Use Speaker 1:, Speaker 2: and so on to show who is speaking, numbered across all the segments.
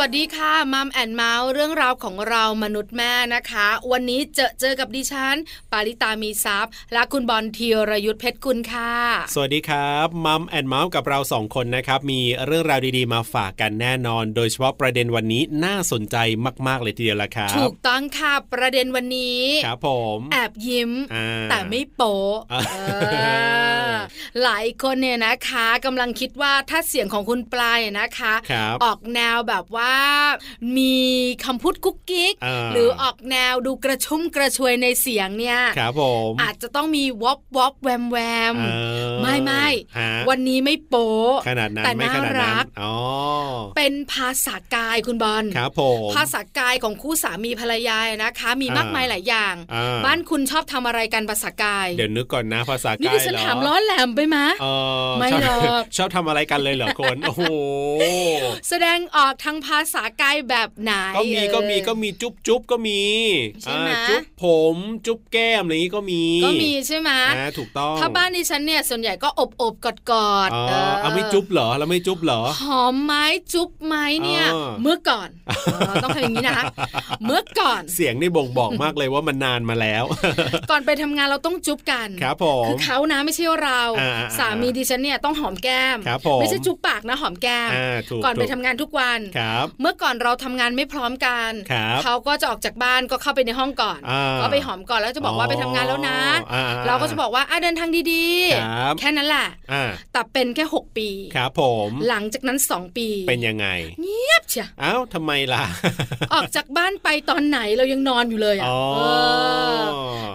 Speaker 1: สวัสดีค่ะมัมแอนเมาส์เรื่องราวของเรามนุษย์แม่นะคะ วันนี้เจอเจอกับดิฉัน ปาริตามีซัพย์และคุณบอลธีรยุทธเพชรกุลค่ะ
Speaker 2: สวัสดีครับมัมแอนเมาส์กับเราสองคนนะครับ มีเรื่องราวดีๆมาฝากกันแน่นอน โดยเฉพาะประเด็นวันนี้น่าสนใจมากๆเลยทีเดียวละครับ
Speaker 1: ถูกต้องค่ะประเด็นวันนี้
Speaker 2: ครับผม
Speaker 1: แอบยิ้ม
Speaker 2: อ่า
Speaker 1: แต่ไม่โป๊ะ
Speaker 2: อ่า
Speaker 1: เออหลายคนเนี่ยนะคะกำลังคิดว่าถ้าเสียงของคุณปลายนะคะ
Speaker 2: ครับ
Speaker 1: ออกแนวแบบว่ามีคำพูดกุ๊กกิ๊ก
Speaker 2: อ่า
Speaker 1: หรือออกแนวดูกระชุ่มกระชวยในเสียงเนี่ย
Speaker 2: ครับผม
Speaker 1: อาจจะต้องมีวอบวอบแวมแวม
Speaker 2: เออ
Speaker 1: ไม่ไม่
Speaker 2: ฮะ
Speaker 1: วันนี้ไม่โป๊ะ
Speaker 2: ขนาดนั้น
Speaker 1: แต่
Speaker 2: ไม่ขนาดนั้น
Speaker 1: น่ารัก
Speaker 2: อ๋อ
Speaker 1: เป็นภาษากายคุณบอล
Speaker 2: ครับผม
Speaker 1: ภาษากายของคู่สามีภรรยานะคะ มีมากมายหลายอย่าง
Speaker 2: อ่
Speaker 1: บ้านคุณชอบทำอะไรกันภาษากาย
Speaker 2: เดี๋ยวนึกก่อนนะภาษากาย
Speaker 1: นี่ดิฉัน
Speaker 2: เหรอ
Speaker 1: ถามล้อแหลมไปมะ
Speaker 2: เออ
Speaker 1: ไม่
Speaker 2: ชอบ
Speaker 1: หรอก
Speaker 2: ชอบทำอะไรกันเลยเหรอคนโอ้โห
Speaker 1: แสดงออกทางภาษากายแบบไหน
Speaker 2: ก็มี
Speaker 1: เออ
Speaker 2: ก็มีก็มีจุ๊บจุ๊บก็มี
Speaker 1: ใช่ไหม
Speaker 2: อ่าจุ๊บผมจุ๊บแก้มอะไรอย่างงี้ก็มี
Speaker 1: ก็มีใช่ไหมะ
Speaker 2: อ่าถูกต้อง
Speaker 1: ถ้าบ้านดิฉันเนี่ยส่วนใหญ่ก็อบอบกอดกอด
Speaker 2: อ๋อเอาไม่จุ๊บเหรอแล้วไม่จุ๊บเหรอ
Speaker 1: หอมไหมจุ๊บไหมเนี่ย
Speaker 2: อ๋อ
Speaker 1: เมื่อก่ อนเออต้องทำอย่างนี้นะคะ เมื่อก่อน
Speaker 2: เสียงนี่บ่งบอกมากเลยว่ามันนานมาแล้ว
Speaker 1: ก่อนไปทำงานเราต้องจุ๊บกัน
Speaker 2: ครับผม
Speaker 1: คือเขานะไม่ใช่เรา
Speaker 2: อ่าอ่าอ่า
Speaker 1: สามีดิฉันเนี่ยต้องหอมแก้ม
Speaker 2: ครับผม
Speaker 1: ไม่ใช่จุ๊บปากนะหอมแก้ม
Speaker 2: อ่าถูก
Speaker 1: ก่อนไป
Speaker 2: ถู
Speaker 1: ทำงานทุกวัน
Speaker 2: ครับ
Speaker 1: เมื่อก่อนเราทำงานไม่พร้อมกัน
Speaker 2: ครับ
Speaker 1: เขาก็จะออกจากบ้านก็เข้าไปในห้องก่อน
Speaker 2: อ่า
Speaker 1: ก็ไปหอมก่อนแล้วจะบอกว่าไปทำงานแล้วนะ
Speaker 2: อ่อ่
Speaker 1: เราก็จะบอกว่าอ่ะเดินทางดี
Speaker 2: ครับ
Speaker 1: ๆ แค่นั้นแหละ
Speaker 2: อ่า
Speaker 1: แต่เป็นแค่ 6 ปี
Speaker 2: ครับผม
Speaker 1: หลังจากนั้น 2 ปี
Speaker 2: เป็นยังไง
Speaker 1: เงียบเชีย
Speaker 2: อ้าวทำไมล่ะ
Speaker 1: ออกจากบ้านไปตอนไหนเรายังนอนอยู่เลยอ่ะ
Speaker 2: อ๋อ
Speaker 1: เออ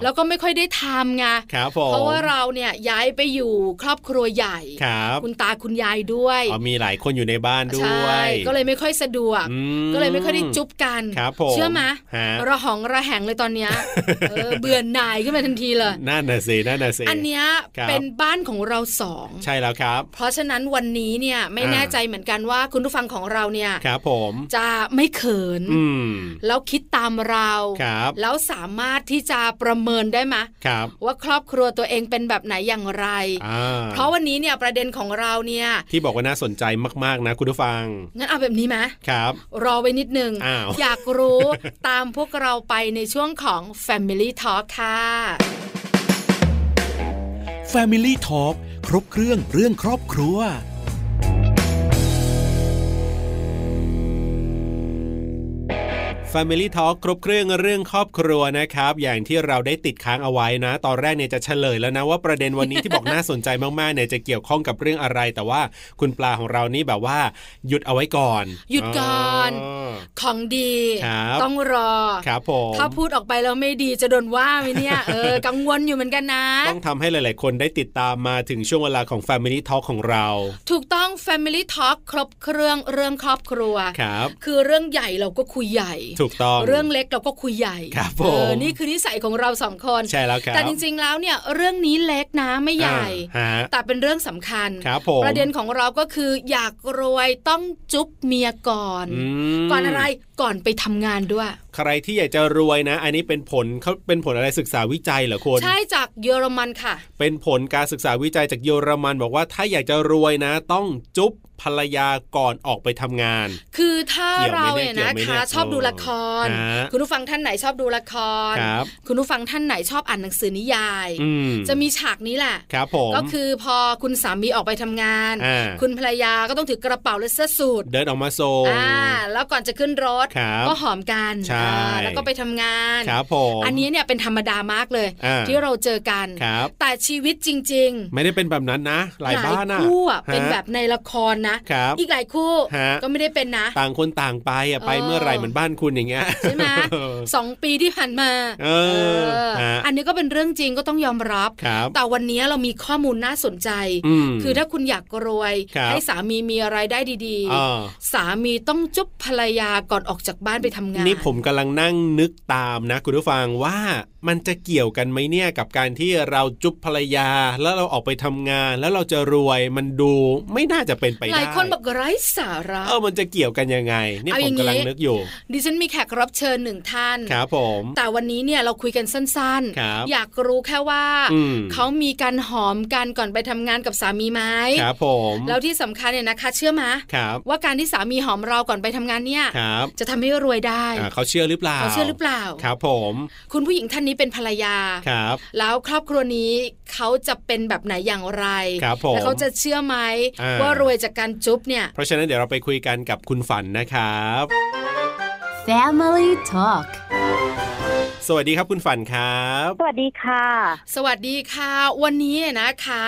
Speaker 1: แล้วก็ไม่ค่อยได้ทำไง
Speaker 2: ครับผม
Speaker 1: เพราะว่าเราเนี่ยย้ายไปอยู่ครอบครัวใหญ่
Speaker 2: ครับ
Speaker 1: คุณตาคุณยายด้วย
Speaker 2: อ๋อมีหลายคนอยู่ในบ้านด้
Speaker 1: ใช่
Speaker 2: วย
Speaker 1: ก็เลยไม่ค่อยสะดวก
Speaker 2: อื
Speaker 1: ก็เลยไม่ค่อยได้จุ๊บกัน
Speaker 2: ครับผม
Speaker 1: เชื่อไหม
Speaker 2: ฮะ
Speaker 1: ระหองระแหงเลยตอนเนี้ยเออเบื่อหน่ายขึ้นมาทันทีเลย
Speaker 2: นั่นน่ะสินั่นน่ะสิ
Speaker 1: อันเนี้ย
Speaker 2: ครับ
Speaker 1: เป็นบ้านของเราสอง
Speaker 2: ใช่แล้วครับ
Speaker 1: เพราะฉะนั้นวันนี้เนี่ยไม่
Speaker 2: อ่า
Speaker 1: แน่ใจเหมือนกันว่าคุณผู้ฟังของเราเนี่ย
Speaker 2: ครับผม
Speaker 1: จะไม่เขิน
Speaker 2: อืม
Speaker 1: แล้วคิดตามเรา
Speaker 2: ครับ
Speaker 1: แล้วสามารถที่จะประเมินได้ไหม
Speaker 2: ครับ
Speaker 1: ว่าครอบครัวตัวเองเป็นแบบไหนอย่างไร
Speaker 2: อ่า
Speaker 1: เพราะวันนี้เนี่ยประเด็นของเราเนี่ย
Speaker 2: ที่บอกว่าน่าสนใจมากๆนะคุณผู้ฟัง
Speaker 1: งั้นเอาแบบนี้ไหม
Speaker 2: ครับ
Speaker 1: รอไว้นิดนึง
Speaker 2: อ้าว
Speaker 1: อยาก รู้ ตามพวกเราไปในช่วงของ Family Talk ค่ะ
Speaker 3: Family Talk ครบเครื่องเรื่องครอบครัว
Speaker 2: Family Talk ครบเครื่องเรื่องครอบครัวนะครับ อย่างที่เราได้ติดค้างเอาไว้นะ ตอนแรกเนี่ยจะเฉลยแล้วนะว่าประเด็นวันนี้ที่บอกน่าสนใจมากๆเนี่ยจะเกี่ยวข้องกับเรื่องอะไร แต่ว่าคุณปลาของเรานี่แบบว่า หยุดเอาไว้ก่อน
Speaker 1: หยุดก่อน
Speaker 2: า
Speaker 1: ของดี
Speaker 2: ครับ
Speaker 1: ต้องรอ
Speaker 2: ครับผม
Speaker 1: ถ้าพูดออกไปแล้วไม่ดีจะโดนว่าไหม เนี่ยเออ กังวลอยู่เหมือนกันนะ
Speaker 2: ต้องทำให้หลาย ๆ คนได้ติดตามมาถึงช่วงเวลาของ Family Talk ของเรา
Speaker 1: ถูกต้อง Family Talk ครบเครื่องเรื่องครอบครัว
Speaker 2: ครับ
Speaker 1: คือเรื่องใหญ่เราก็คุยใหญ่
Speaker 2: ถูกต้อง
Speaker 1: เรื่องเล็กเราก็คุยใหญ่
Speaker 2: ครับผม
Speaker 1: เออนี่คือนิสัยของเราสองคน
Speaker 2: ใช่แล้วครับ
Speaker 1: แต่จริงๆแล้วเนี่ยเรื่องนี้เล็กนะไม่ใหญ่
Speaker 2: อ่าฮะ
Speaker 1: แต่เป็นเรื่องสำคัญ
Speaker 2: ครับผม
Speaker 1: ประเด็นของเราก็คืออยากรวยต้องจุ๊บเมียก่อน
Speaker 2: อืม
Speaker 1: ก่อนอะไรก่อนไปทำงานด้วย
Speaker 2: ใครที่อยากจะรวยนะ อันนี้เป็นผลเขาเป็นผลอะไรศึกษาวิจัยเหรอคน
Speaker 1: ใช่จากเยอรมันค่ะ
Speaker 2: เป็นผลการศึกษาวิจัยจากเยอรมันบอกว่าถ้าอยากจะรวยนะ ต้องจุ๊บภรรยาก่อนออกไปทำงาน
Speaker 1: คือถ้า
Speaker 2: เกี่ยวไหม
Speaker 1: เรา
Speaker 2: เนี่
Speaker 1: เนี่ย ย
Speaker 2: เกี่ย
Speaker 1: นะคะ
Speaker 2: วไหมเนี่ย
Speaker 1: ชอบดูละคร
Speaker 2: ฮะ
Speaker 1: คุณผู้ฟังท่านไหนชอบดูละคร
Speaker 2: ครับ
Speaker 1: คุณผู้ฟังท่านไหนชอบอ่านหนังสือนิยาย
Speaker 2: อืม
Speaker 1: จะมีฉากนี้แหละ
Speaker 2: ครับผม
Speaker 1: ก็คือพอคุณสามีออกไปทำงาน
Speaker 2: อ่า
Speaker 1: คุณภรรยาก็ต้องถือกระเป๋าและเสื้อสูท
Speaker 2: เดินออกมาโซง
Speaker 1: อ่าแล้วก่อนจะขึ้นรถ
Speaker 2: ครับ
Speaker 1: ก็หอมกัน
Speaker 2: ใช่
Speaker 1: อ่าแล้วก็ไปทำงาน
Speaker 2: ครับผม
Speaker 1: อันนี้เนี่ยเป็นธรรมดามากเลย
Speaker 2: อ่า
Speaker 1: ที่เราเจอกัน
Speaker 2: ครับ
Speaker 1: แต่ชีวิตจริงๆ
Speaker 2: ไม่ได้เป็นแบบนั้นนะ หลายบ้านนะ
Speaker 1: คู่อะ
Speaker 2: ฮะ
Speaker 1: เป็นแบบในละครนะ
Speaker 2: ครับ
Speaker 1: อีกหลายคู่
Speaker 2: ฮะ
Speaker 1: ก็ไม่ได้เป็นนะ
Speaker 2: ต่างคนต่างไปอะไป
Speaker 1: เออ
Speaker 2: เมื่อไหร่เหมือนบ้านคุณอย่างเงี้ย
Speaker 1: ใช่ ไหม สองปีที่ผ่านมา
Speaker 2: เออ
Speaker 1: เออ
Speaker 2: ฮะ
Speaker 1: อันนี้ก็เป็นเรื่องจริงก็ต้องยอมรับ
Speaker 2: ครับ
Speaker 1: แต่วันนี้เรามีข้อมูลน่าสนใจ
Speaker 2: อืม
Speaker 1: คือถ้าคุณอยากรวย
Speaker 2: ครับ
Speaker 1: ให้สามีมีอะไรายได้ดี
Speaker 2: อ่า
Speaker 1: ๆ สามีต้องจุ๊บภรรยาก่อนออก อกจากบ้านไปทำงาน
Speaker 2: นี่ผมกำลังนั่งนึกตามนะ คุณผู้ฟังว่ามันจะเกี่ยวกันไหมเนี่ยกับการที่เราจุบภรรยา แล้วเราออกไปทำงาน แล้วเราจะรวยมันดูไม่น่าจะเป็นไปได้
Speaker 1: หลายคนบอกไร้สาระ
Speaker 2: เออมันจะเกี่ยวกันยังไงเนี่ย
Speaker 1: เอา
Speaker 2: ผ
Speaker 1: อ
Speaker 2: ม
Speaker 1: ย่างนี้
Speaker 2: กำลังนึกอยู่
Speaker 1: ดิฉันมีแขกรับเชิญหนึ่งท่าน
Speaker 2: ครับผม
Speaker 1: แต่วันนี้เนี่ยเราคุยกันสั้น
Speaker 2: ครับ
Speaker 1: อยากรู้แค่ว่า
Speaker 2: อืม
Speaker 1: เขามีการหอมกันก่อนไปทำงานกับสามีไหม
Speaker 2: ครับผม
Speaker 1: แล้วที่สำคัญเนี่ยนะคะ เชื่อไหม
Speaker 2: ครับ
Speaker 1: ว่าการที่สามีหอมเราก่อนไปทำงานเนี่ย
Speaker 2: ครับ
Speaker 1: จะทำให้รวยได้
Speaker 2: อ่าเขาเชื่อหรือเปล่า
Speaker 1: เขาเชื่อหรือเปล่า
Speaker 2: ครับผม
Speaker 1: คุณผู้หญิงท่านนี้เป็นภรรยา
Speaker 2: ครับ
Speaker 1: แล้วครอบครัวนี้เขาจะเป็นแบบไหนอย่างไร
Speaker 2: ครับผม
Speaker 1: และเขาจะเชื่อไหม
Speaker 2: อ่า
Speaker 1: ว่ารวยจากการจุ๊บเนี่ย
Speaker 2: เพราะฉะนั้นเดี๋ยวเราไปคุยกันกับคุณฝันนะครับ
Speaker 4: Family Talk
Speaker 2: สวัสดีครับคุณฝันครับ
Speaker 5: สวัสดีค่ะ
Speaker 1: สวัสดีค่ะ วันนี้นะคะ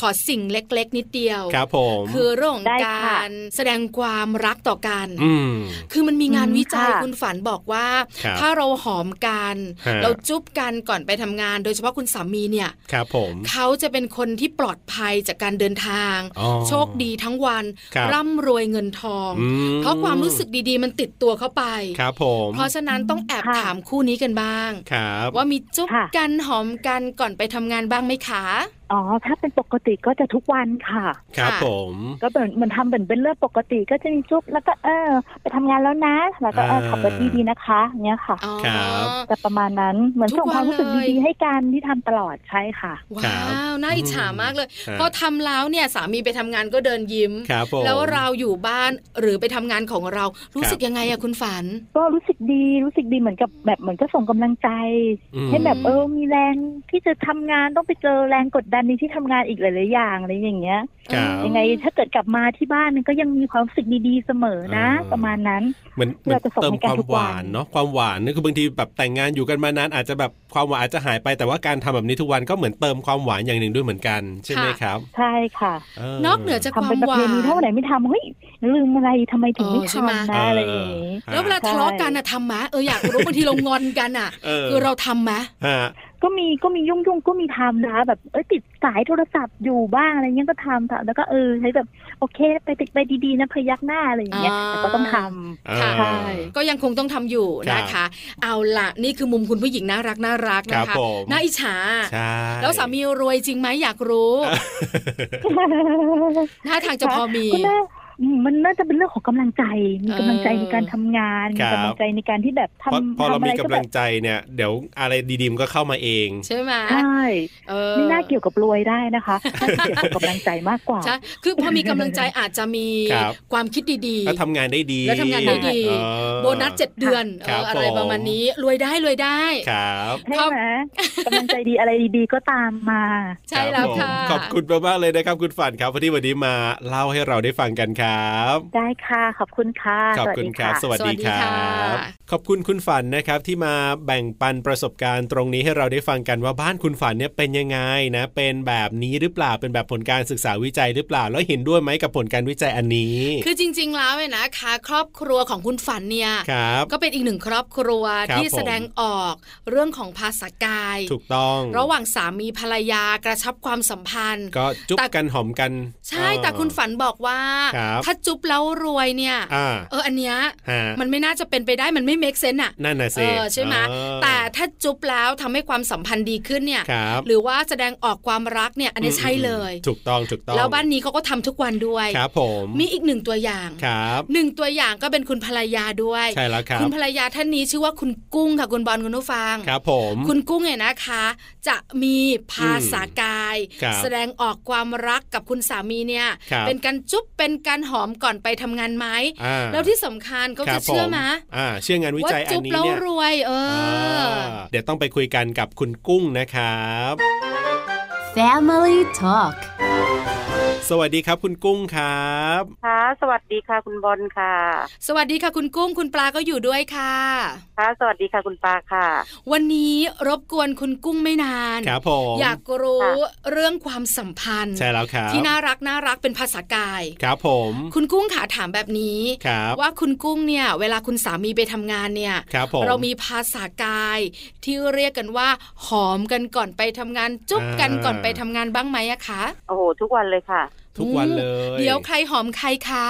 Speaker 1: ขอสิ่งเล็กๆ นิดเดียว
Speaker 2: ครับผม
Speaker 1: คือเรื่องของ
Speaker 5: ได้ค
Speaker 1: ก
Speaker 5: ่ะ
Speaker 1: ารแสดงความรักต่อกัน
Speaker 2: อืม
Speaker 1: คือมันมีงาน
Speaker 5: อืม
Speaker 1: วิจัย
Speaker 5: ค่ะ
Speaker 1: คุณฝันบอกว่า
Speaker 2: ครับ
Speaker 1: ถ้าเราหอมกัน
Speaker 2: ฮะ
Speaker 1: เราจุ๊บกันก่อนไปทำงาน โดยเฉพาะคุณสามีเนี่ย
Speaker 2: ครับผม
Speaker 1: เขาจะเป็นคนที่ปลอดภัยจากการเดินทาง
Speaker 2: อ๋อ
Speaker 1: โชคดีทั้งวัน
Speaker 2: ครับ
Speaker 1: รวยเงินทอง
Speaker 2: อืม
Speaker 1: เพราะความรู้สึกดีๆ มันติดตัวเข้าไป
Speaker 2: ครับผม
Speaker 1: เพราะฉะนั้นต้องแอบ
Speaker 5: ค่ะ
Speaker 1: ถามคู่นี้กันบ้าง
Speaker 2: ครับ
Speaker 1: ว่ามีจุ๊บ
Speaker 5: ค่ะ
Speaker 1: กันหอมกันก่อนไปทำงานบ้างไหมคะ
Speaker 5: อ๋อ ถ้าเป็นปกติก็จะทุกวันค่ะ
Speaker 2: ครับ
Speaker 1: ค่ะ
Speaker 2: ผม
Speaker 5: ก็เหมือนเหมือนทำเหมือนเป็นเรื่องปกติก็จะมีจุ๊บแล้วก็เออ ไปทำงานแล้วนะ แล้วก็เออ
Speaker 2: อ่า
Speaker 5: ขับรถดีๆนะคะเนี้ยค่ะ
Speaker 1: อ๋อ
Speaker 2: ครับ
Speaker 5: แต่ประมาณนั้นเหมือน
Speaker 1: ทุก
Speaker 5: ส่งความรู้สึก
Speaker 1: วันเลย
Speaker 5: ดีๆให้กันที่ทำตลอดใช่ค่ะ
Speaker 2: ครั
Speaker 1: ว้า
Speaker 2: บ
Speaker 1: วน่าอิจฉามากเลย
Speaker 2: ฮะ
Speaker 1: พอทำแล้วเนี่ยสามีไปทำงานก็เดินยิ้ม
Speaker 2: ครับผม
Speaker 1: แล้วเราอยู่บ้านหรือไปทำงานของเรารู้สึก
Speaker 2: ครับ
Speaker 1: ยังไงอะคุณฝัน
Speaker 5: ก็รู้สึกดีรู้สึกดีเหมือนกับแบบเหมือนก็ส่งกำลังใจ
Speaker 2: อืม
Speaker 5: ให้แบบเออมีแรงที่จะทำงานต้องไปเจอแรงกดดันในที่ทำงานอีกหลายๆอย่างอะไรอย่างเงี้ย
Speaker 2: ครับ
Speaker 5: ยังไงถ้าเกิดกลับมาที่บ้านก็ยังมีความรู้สึกดีๆเสมอนะ
Speaker 2: อ่า
Speaker 5: ประมาณนั้น
Speaker 2: เหมือนเหมือน
Speaker 5: เราจะส่ง
Speaker 2: เติม
Speaker 5: ให้
Speaker 2: ค
Speaker 5: กัน
Speaker 2: วาม
Speaker 5: ทุก
Speaker 2: ห
Speaker 5: วัน
Speaker 2: วานเนาะความหวานนี่คือบางทีแบบแต่งงานอยู่กันมานานอาจจะแบบความหวานอาจจะหายไปแต่ว่าการทำแบบนี้ทุกวันก็เหมือนเติมความหวานอย่างหนึ่งด้วยเหมือนกัน ใช่ไหม
Speaker 1: ค่ะ
Speaker 2: ครับ
Speaker 5: ใช่ค่ะ
Speaker 2: เ
Speaker 1: นอกเหนือจากค
Speaker 5: ทำ
Speaker 1: วา
Speaker 5: เป็
Speaker 1: ม
Speaker 5: นประ
Speaker 1: หวา
Speaker 5: เพ
Speaker 1: น
Speaker 5: ณีเท่าไหร่ไม่ทำเฮ้ยลืมอะไรทำไมถึงไม่
Speaker 1: เออใช่ไหม
Speaker 5: ทำนะอะไรอย่างนี้
Speaker 2: เออ
Speaker 1: แล้วเวลา
Speaker 5: ใช่
Speaker 1: ทะเลาะกันอะทำไหมเอออยากรู้บางทีเรางอนกันอะ
Speaker 2: เออ
Speaker 1: คือเราทำไหม
Speaker 2: ฮะ
Speaker 5: ก็มีก็มียุ่งยุ่งๆก็มีทำนะแบบเอ้ยติดสายโทรศัพท์อยู่บ้างอะไรเงี้ยก็ทำค่ะแล้วก็เออใช้แบบโอเคไปติดไปดีๆนะพยักหน้าอะไรอย่างเงี้ย
Speaker 1: อ่า
Speaker 5: แต่ก็ต้องท
Speaker 1: ค่ะ
Speaker 2: เออ
Speaker 1: ก็ยังคงต้องทำอยู่นะ
Speaker 2: ครั
Speaker 1: คะ
Speaker 2: บ
Speaker 1: เอาละนี่คือมุมคุณผู้หญิงน่ารักน่ารัก
Speaker 2: ค
Speaker 1: นะ
Speaker 2: รับ
Speaker 1: คะ
Speaker 2: ผม
Speaker 1: น่าอิจฉา
Speaker 2: ใช่
Speaker 1: แล้วสา มีรวยจริงไหมอยาก รู้
Speaker 5: ำ
Speaker 1: ท่าทางจะพอมี
Speaker 5: ก็น่าอืมมันน่าจะเป็นเรื่องของกำลังใจมีกำลังใจในการทำงาน
Speaker 2: ค
Speaker 5: มี
Speaker 2: รับ
Speaker 5: กำลังใจในการที่แบบ
Speaker 2: พอ
Speaker 5: ทำ
Speaker 2: พอเรา
Speaker 5: ทำอะ
Speaker 2: มี
Speaker 5: ไร
Speaker 2: กำ
Speaker 5: ก็แบ
Speaker 2: ลั
Speaker 5: บ
Speaker 2: งใจเนี่ยเดี๋ยวอะไรดีๆมันก็เข้ามาเอง
Speaker 1: ใช่ไหม
Speaker 5: ใช่
Speaker 1: เออ
Speaker 5: ไม่น่าเกี่ยวกับรวยได้นะคะน่าจะเกี่ยวกับกำลังใจมากกว่า
Speaker 1: ใช่คือพอมีกำลังใจอาจจะมี
Speaker 2: ครับ
Speaker 1: ความคิดดี
Speaker 2: แล้วทำงานได้ดี
Speaker 1: แล้วทำงานได้ดี
Speaker 2: เออ
Speaker 1: ๆ โบนัสเจ็ดเดือน
Speaker 2: ค
Speaker 1: เออ
Speaker 2: รับ
Speaker 1: อะไร
Speaker 2: ผม
Speaker 1: ประมาณนี้รวยได้รวยได้
Speaker 2: ครับ
Speaker 5: ใช่ไหมกำลังใจดีอะไรดีๆก็ตามมา
Speaker 1: ใช่แล้วค่ะ
Speaker 2: ขอบคุณมากๆเลยนะครับ คุณฝันครับที่วันนี้มาเล่าให้เราได้ฟังกันครับ
Speaker 5: ได้ค่ะ ขอบคุณค่ะ
Speaker 2: ขอบคุณครับ สวัสดีครั
Speaker 1: สวัสดี
Speaker 2: บ
Speaker 1: ค่ะ
Speaker 2: ขอบคุณคุณฝันนะครับที่มาแบ่งปันประสบการณ์ตรงนี้ให้เราได้ฟังกันว่าบ้านคุณฝันเนี่ยเป็นยังไงนะ เป็นแบบนี้หรือเปล่าเป็นแบบผลการศึกษาวิจัยหรือเปล่า แล้วเห็นด้วยไหมกับผลการวิจัยอันนี้
Speaker 1: คือจริง ๆ แล้วเนี่ยนะคะ ครอบครัวของคุณฝันเนี่ย
Speaker 2: ครับ
Speaker 1: ก็เป็นอีกหนึ่งครอบครัว
Speaker 2: ครับ
Speaker 1: ที่
Speaker 2: ผม
Speaker 1: แสดงออกเรื่องของภาษากาย
Speaker 2: ถูกต้อง
Speaker 1: ระหว่างสามีภรรยากระชับความสัมพันธ์
Speaker 2: ก็จุ๊บ
Speaker 1: แต่
Speaker 2: กันหอมกัน
Speaker 1: ใช่
Speaker 2: เออ
Speaker 1: แต่คุณฝันบอกว่า
Speaker 2: ครับ
Speaker 1: ถ้าจุ๊บแล้วรวยเนี่ย
Speaker 2: อ่า
Speaker 1: เอออันเนี้ย
Speaker 2: ฮะ
Speaker 1: มันไม่น่าจะเป็นไปได้มันไม่ make sense อะ
Speaker 2: นั่นน่ะ
Speaker 1: เอ
Speaker 2: สิ
Speaker 1: อใช่ไหม
Speaker 2: เออ
Speaker 1: แต่ถ้าจุ๊บแล้วทำให้ความสัมพันธ์ดีขึ้นเนี่ย
Speaker 2: ครับ
Speaker 1: หรือว่าแสดงออกความรักเนี่ย อันนี้ใช่เลย
Speaker 2: ถูกต้องถูกต้อง
Speaker 1: แล้วบ้านนี้เขาก็ทำทุกวันด้วย
Speaker 2: ครับผม
Speaker 1: มีอีกหนึ่งตัวอย่าง
Speaker 2: ครับ
Speaker 1: หนึ่งตัวอย่างก็เป็นคุณภรรยาด้วย
Speaker 2: ใช่แล้วครับ
Speaker 1: คุณภรรยาท่านนี้ชื่อว่าคุณกุ้งค่ะคุณบอลคุณผู้ฟัง
Speaker 2: ครับผม
Speaker 1: คุณกุ้งเนี่ยนะคะ จะมีภาษากาย
Speaker 2: ครับ
Speaker 1: แสดงออกความรักกับคุณสามีเนี่ย
Speaker 2: ครับ
Speaker 1: เป็นการจุ๊บเป็นการหอมก่อนไปทำงานไหม
Speaker 2: อ่า
Speaker 1: แล้วที่สำคัญเขา
Speaker 2: ครั
Speaker 1: จะ
Speaker 2: บ
Speaker 1: เชื่อ
Speaker 2: ผ
Speaker 1: มะ
Speaker 2: อ่า เชื่องานวิ
Speaker 1: ว่า
Speaker 2: จัยอัน
Speaker 1: จุ๊บ
Speaker 2: นี้
Speaker 1: แล้ว
Speaker 2: เนี่ย
Speaker 1: รวย เอออ
Speaker 2: าเดี๋ยวต้องไปคุยกันกับคุณกุ้งนะครับ
Speaker 4: Family Talk
Speaker 2: สวัสดีครับคุณกุ้งครับ
Speaker 6: ค่ะ สวัสดีค่ะคุณบอลค่ะ
Speaker 1: สวัสดีค่ะคุณกุ้งคุณปลาก็อยู่ด้วยค่ะ
Speaker 6: ค่ะ สวัสดีค่ะคุณปาค่ะ
Speaker 1: วันนี้รบกวนคุณกุ้งไม่นาน
Speaker 2: ครับผม
Speaker 1: อยากรู้
Speaker 6: ค่ะ
Speaker 1: เรื่องความสัมพันธ์
Speaker 2: ใช่แล้วครับ
Speaker 1: ที่น่ารักน่ารักเป็นภาษากาย
Speaker 2: ครับผม
Speaker 1: คุณกุ้งขาถามแบบนี้
Speaker 2: ครับ
Speaker 1: ว่าคุณกุ้งเนี่ย เวลาคุณสามีไปทำงานเนี่ย
Speaker 2: ครับผม
Speaker 1: เรามีภาษากาย ที่เรียกกันว่า หอมกันก่อนไปทำงาน จุ๊บกัน
Speaker 2: อ่า
Speaker 1: ก่อนไปทำงานบ้างไหมอะคะ
Speaker 6: โอ้โห ทุกวันเลยค่ะ
Speaker 2: ทุกวันเลย
Speaker 1: เดี๋ยวใครหอมใครคะ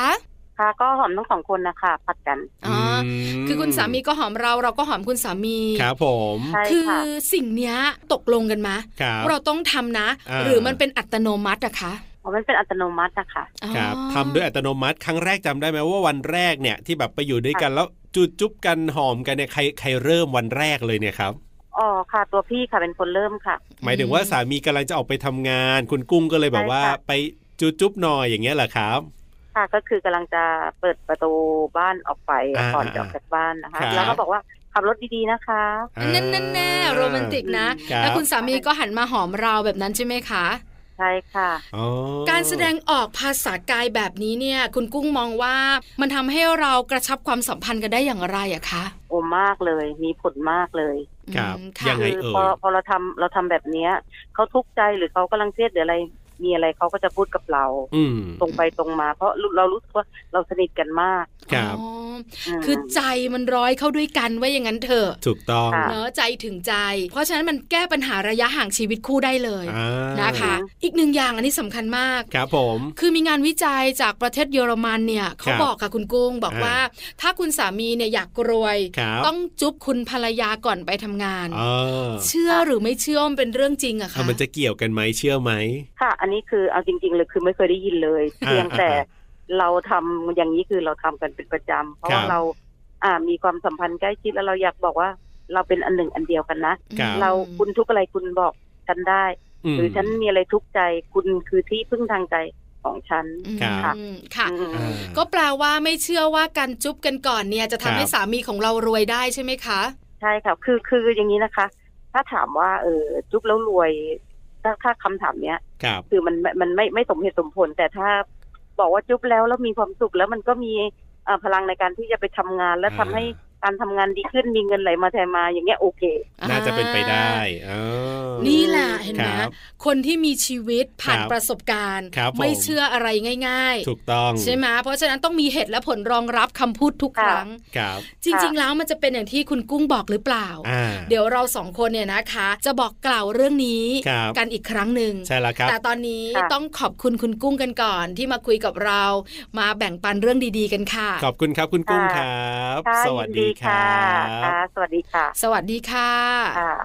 Speaker 5: ค่ะ ก็หอมทั้งสองคนนะคะผัดกัน
Speaker 1: อ๋ออ
Speaker 2: ม
Speaker 1: คือคุณสามีก็หอมเราเราก็หอมคุณสามี
Speaker 2: ครับผม
Speaker 5: ใช่
Speaker 1: คือ
Speaker 5: ค่ะ
Speaker 1: สิ่งเนี้ยตกลงกันมา
Speaker 2: ครับ
Speaker 1: เราต้องทำนะ
Speaker 2: อ่า
Speaker 1: หรือมันเป็นอัตโนมัติอะคะ
Speaker 5: อ๋อมันเป็นอัตโนมัตินะคะ
Speaker 2: ครับ
Speaker 1: อ๋อ
Speaker 2: ทำด้วยอัตโนมัติครั้งแรกจำได้ไหมว่าวันแรกเนี่ยที่แบบไปอยู่ด้วยกันแล้วจุดจุ๊บกันหอมกันเนี่ยใครใครเริ่มวันแรกเลยเนี่ยครับ
Speaker 5: อ๋อค่ะ ตัวพี่ค่ะเป็นคนเริ่มค่ะ
Speaker 2: หมายถึงว่าสามีกำลังจะออกไปทำงาน คุณกุ้งก็เลยแบบว่า
Speaker 5: ใช่ค่ะ
Speaker 2: ไปจุ๊บจุ๊บหน่อยอย่างเงี้ยเหรอครับ
Speaker 5: ค่ะ ก็คือกำลังจะเปิดประตูบ้านออกไป
Speaker 2: อ่า
Speaker 5: ก่อนจะออกจากบ้านนะคะ
Speaker 2: ครับ
Speaker 5: แล้วก็บอกว่าขับรถดีๆนะคะ
Speaker 2: อ่า
Speaker 1: นั่นนั่นแน่โรแมนติกนะ
Speaker 2: ครับ
Speaker 1: แล้วคุณสามีก็หันมาหอมเราแบบนั้นใช่ไหมคะ
Speaker 5: ใช่ค่ะ
Speaker 2: อ๋อ
Speaker 1: การแสดงออกภาษากายแบบนี้เนี่ย คุณกุ้งมองว่ามันทำให้เรากระชับความสัมพันธ์กันได้อย่างไรอะคะ
Speaker 5: โอมากเลย มีผลมากเลย
Speaker 2: ครับ
Speaker 1: อืม
Speaker 2: ยั
Speaker 1: ค่ะ
Speaker 2: งไง
Speaker 5: คืพ
Speaker 2: เอ่
Speaker 5: อย พอเราทำเราทำแบบเนี้ยเขาทุกข์ใจหรือเขากำลังเครียดหรืออะไร มีอะไรเขาก็จะพูดกับเรา
Speaker 2: อืม
Speaker 5: ตรงไปตรงมา เพราะเรารู้สึกว่าเราสนิทกันมาก
Speaker 2: ครับ
Speaker 1: อ๋อ
Speaker 5: ม
Speaker 1: คือใจมันร้อยเข้าด้วยกันว่าอย่างนั้นเถอะ
Speaker 2: ถูกต้อง
Speaker 5: ค่ะ
Speaker 1: เนอะใจถึงใจ เพราะฉะนั้นมันแก้ปัญหาระยะห่างชีวิตคู่ได้เลย
Speaker 2: อ่าน
Speaker 1: นะคะ
Speaker 5: อืม
Speaker 1: อีกหนึ่งอย่างอันนี้สำคัญมาก
Speaker 2: ครับผม
Speaker 1: คือมีงานวิจัยจากประเทศเยอรมันเนี่ยเขา
Speaker 2: ครับ
Speaker 1: บอกค่ะคุณกุ้งบอกว่า ถ้าคุณสามีเนี่ยอยากรวย
Speaker 2: ครับ
Speaker 1: ต้องจุ๊บคุณภรรยาก่อนไปทำงาน
Speaker 2: เออ
Speaker 1: เชื่อหรือไม่เชื่อมันเป็นเรื่องจริงอะ
Speaker 2: อ่ะ
Speaker 1: คะ
Speaker 2: มันจะเกี่ยวกันไหมเชื่อไหม
Speaker 5: ค่ะ อันนี้คือเอาจริง ๆ เลยคือไม่เคยได้ยินเลย
Speaker 2: อ่า
Speaker 5: เพียงแต่
Speaker 2: อ่า
Speaker 5: เราทำอย่างนี้คือเราทำกันเป็นประจำเพราะว่า
Speaker 2: ครับ
Speaker 5: เราอ่ามีความสัมพันธ์ใกล้ชิดแล้วเราอยากบอกว่า เราเป็นอันหนึ่งอันเดียวกันนะ
Speaker 2: ครับ
Speaker 5: เราคุณทุกข์อะไรคุณบอกฉันได้
Speaker 2: ม
Speaker 5: หรือฉันมีอะไรทุกข์ใจคุณคือที่พึ่งทางใจของฉัน
Speaker 1: อืม
Speaker 2: ครับ
Speaker 1: ค่ะ
Speaker 5: อืม
Speaker 2: อ่า
Speaker 1: ก็แปลว่าไม่เชื่อว่าการจุ๊บกันก่อนเนี่ย จะทำ
Speaker 2: ครับ
Speaker 1: ให้สามีของเรารวยได้ใช่ไหมคะ
Speaker 5: ใช่ค่ะ คือ คือ อย่างนี้นะคะ ถ้าถามว่า เออ จุ๊บแล้วรวย ถ้า ถ้าคำถามเนี้ย
Speaker 2: ครับ
Speaker 5: คือมัน มันมันไม่ ไม่สมเหตุสมผล แต่ถ้าบอกว่าจุ๊บแล้ว แล้วมีความสุข แล้วมันก็มีเอ่อพลังในการที่จะไปทำงาน และทำให้การทำงานดีขึ้น มีเงินไหลมาแทนมา อย่างเงี้ยโอเค
Speaker 2: อ่าน่าจะเป็นไปได้เออ
Speaker 1: นี่แหละเห็นไหม
Speaker 2: ครับ
Speaker 1: คนที่มีชีวิตผ่าน
Speaker 2: ครับ
Speaker 1: ประสบการณ์
Speaker 2: ครับผม
Speaker 1: ไม่เชื่ออะไรง่าย
Speaker 2: ถูกต้อง
Speaker 1: ๆ ใช่ไหมเพราะฉะนั้นต้องมีเหตุและผลรองรับคำพูดทุกครั้ง
Speaker 2: ครับ
Speaker 1: จริง ๆ แล้วมันจะเป็นอย่างที่คุณกุ้งบอกหรือเปล่า
Speaker 2: อ่า
Speaker 1: เดี๋ยวเราสองคนเนี่ยนะคะ จะบอกกล่าวเรื่องนี้
Speaker 2: ครับ
Speaker 1: กันอีกครั้งหนึ่ง
Speaker 2: ใช่แล้วครับ
Speaker 1: แต่ตอนนี้
Speaker 5: ค่ะ
Speaker 1: ต้องขอบคุณคุณกุ้งกันก่อนที่มาคุยกับเรา มาแบ่งปันเรื่องดีๆกันค่ะ
Speaker 2: ขอบคุณครับคุณกุ้งค
Speaker 5: ค่ะ
Speaker 2: รับ
Speaker 5: ค่ะ
Speaker 2: สวัส
Speaker 5: ยิน
Speaker 2: ดีครั
Speaker 5: ค่ะ
Speaker 2: บ
Speaker 5: สวัสดีค่ะ
Speaker 1: สวัสดีค่ะ
Speaker 5: ค่ะ